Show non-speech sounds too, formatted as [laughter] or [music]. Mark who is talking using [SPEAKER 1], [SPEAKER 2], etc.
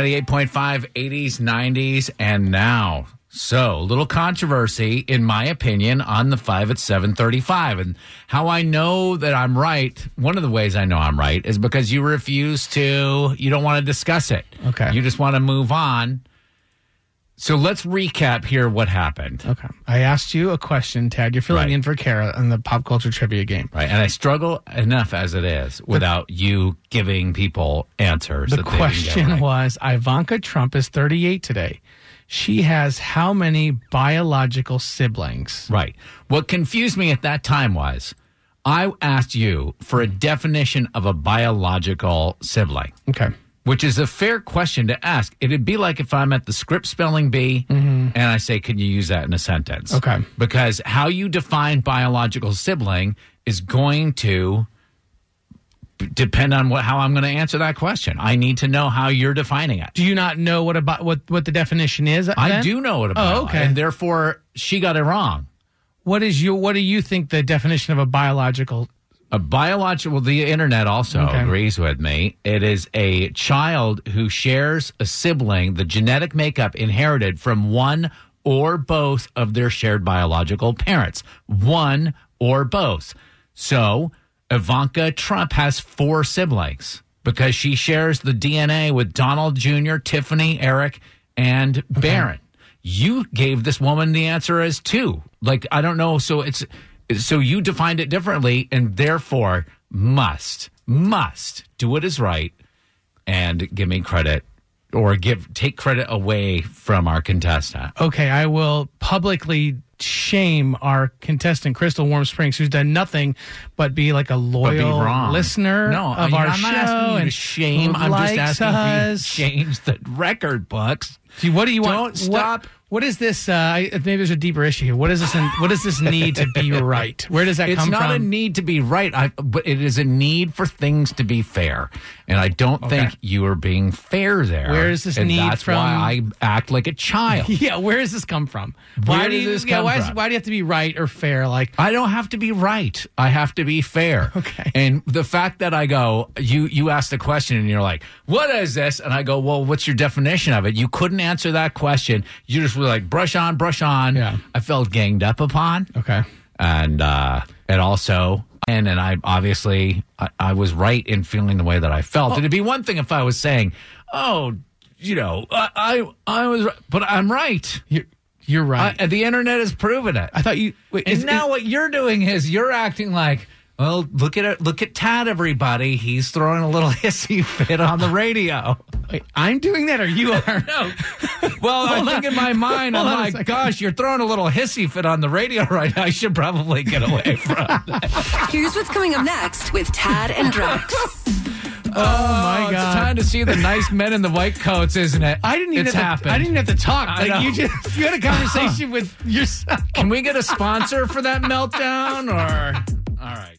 [SPEAKER 1] 98.5, 80s, 90s, and now. So, a little controversy, in my opinion, on the 5 at 735. And how I know that I'm right, one of the ways I know I'm right is because you refuse to, you don't want to discuss it.
[SPEAKER 2] Okay.
[SPEAKER 1] You just want to move on. So, let's recap here what happened.
[SPEAKER 2] Okay. I asked you a question, Tad. You're filling
[SPEAKER 1] Right.
[SPEAKER 2] in for Kara on the pop culture trivia game.
[SPEAKER 1] Right. And I struggle enough as it is without you giving people answers.
[SPEAKER 2] The
[SPEAKER 1] that they didn't get
[SPEAKER 2] question
[SPEAKER 1] right.
[SPEAKER 2] was Ivanka Trump is 38 today. She has how many biological siblings?
[SPEAKER 1] Right. What confused me at that time was I asked you for a definition of a biological sibling,
[SPEAKER 2] Okay.
[SPEAKER 1] which is a fair question to ask. It'd be like if I'm at the script spelling bee and I say, Can you use that in a sentence?
[SPEAKER 2] Mm-hmm. Okay.
[SPEAKER 1] Because how you define biological sibling is going to b- depend on what, how I'm going to answer that question. I need to know how you're defining it.
[SPEAKER 2] Do you not know what about what what the definition is?
[SPEAKER 1] I
[SPEAKER 2] then?
[SPEAKER 1] do know it about,
[SPEAKER 2] Oh, okay.
[SPEAKER 1] and therefore she got it wrong.
[SPEAKER 2] What is your what do you think the definition of a biological
[SPEAKER 1] A biological, well, the internet also
[SPEAKER 2] Okay.
[SPEAKER 1] agrees with me. It is a child who shares a sibling, the genetic makeup inherited from one or both of their shared biological parents. One or both. So Ivanka Trump has four siblings because she shares the DNA with Donald Jr., Tiffany, Eric, and Barron you gave this woman the answer as two. Like I don't know, so it's so you defined it differently, and therefore must must do what is right and give me credit or give take credit away from our contestant.
[SPEAKER 2] Okay, I will publicly shame our contestant Crystal Warm Springs, who's done nothing but be like a
[SPEAKER 1] But be
[SPEAKER 2] loyal
[SPEAKER 1] wrong.
[SPEAKER 2] listener
[SPEAKER 1] no,
[SPEAKER 2] of
[SPEAKER 1] you-
[SPEAKER 2] our
[SPEAKER 1] I'm
[SPEAKER 2] show
[SPEAKER 1] not asking you to
[SPEAKER 2] and
[SPEAKER 1] shame.
[SPEAKER 2] who
[SPEAKER 1] I'm just
[SPEAKER 2] likes
[SPEAKER 1] asking
[SPEAKER 2] us.
[SPEAKER 1] if you change the record books.
[SPEAKER 2] Do you- what do you want?
[SPEAKER 1] Don't
[SPEAKER 2] what-
[SPEAKER 1] stop.
[SPEAKER 2] what is this? Uh, I- maybe there's a deeper issue here. What is this? In, what does this need to
[SPEAKER 1] [laughs]
[SPEAKER 2] be right? Where does that
[SPEAKER 1] It's
[SPEAKER 2] come
[SPEAKER 1] not
[SPEAKER 2] from?
[SPEAKER 1] a need to be right, I, but it is a need for things to be fair. And I don't think you are being fair there.
[SPEAKER 2] Where is this
[SPEAKER 1] and
[SPEAKER 2] need
[SPEAKER 1] that's
[SPEAKER 2] from-
[SPEAKER 1] why I act like a child.
[SPEAKER 2] [laughs] [laughs] yeah, where does this come from?
[SPEAKER 1] Where
[SPEAKER 2] why do
[SPEAKER 1] did
[SPEAKER 2] you?
[SPEAKER 1] this
[SPEAKER 2] yeah,
[SPEAKER 1] come
[SPEAKER 2] why, is-
[SPEAKER 1] from?
[SPEAKER 2] why do you have to be right or fair? Like,
[SPEAKER 1] I don't have to be right. I have to be fair.
[SPEAKER 2] Okay.
[SPEAKER 1] And the fact that I go, you you ask the question and you're like, "What is this?" and I go, "Well, what's your definition of it?" You couldn't answer that question. You just were like, "Brush on, brush on."
[SPEAKER 2] Yeah.
[SPEAKER 1] I felt ganged up upon.
[SPEAKER 2] okay,
[SPEAKER 1] and uh, and also and and I obviously I, I was right in feeling the way that I felt. It'd be one thing if I was saying, "Oh, you know, I I, I was," right," but I'm right.
[SPEAKER 2] you're, you're right.
[SPEAKER 1] I, the internet has proven it.
[SPEAKER 2] I thought you. Wait,
[SPEAKER 1] and
[SPEAKER 2] is-
[SPEAKER 1] now what you're doing is you're acting like. Well, look at it. Look at Tad, everybody. He's throwing a little [laughs] hissy fit on the
[SPEAKER 2] [laughs]
[SPEAKER 1] radio.
[SPEAKER 2] wait, I'm doing that, or [laughs] you are?
[SPEAKER 1] No. Well, I think in my mind, I'm
[SPEAKER 2] Hold on a
[SPEAKER 1] like,
[SPEAKER 2] second.
[SPEAKER 1] gosh, you're throwing a little hissy fit on the radio right now. I should probably get
[SPEAKER 2] [laughs]
[SPEAKER 1] away from that.
[SPEAKER 3] Here's what's coming up next with Tad and Drax.
[SPEAKER 1] Oh,
[SPEAKER 2] my
[SPEAKER 1] It's
[SPEAKER 2] God.
[SPEAKER 1] time to see the nice men in the white coats, isn't it?
[SPEAKER 2] I didn't even.
[SPEAKER 1] It's
[SPEAKER 2] have
[SPEAKER 1] happened.
[SPEAKER 2] To, I didn't have to talk.
[SPEAKER 1] I
[SPEAKER 2] like you
[SPEAKER 1] know. Oh. [laughs]
[SPEAKER 2] just you had a conversation with yourself.
[SPEAKER 1] Can we get a sponsor for that meltdown? Or all right.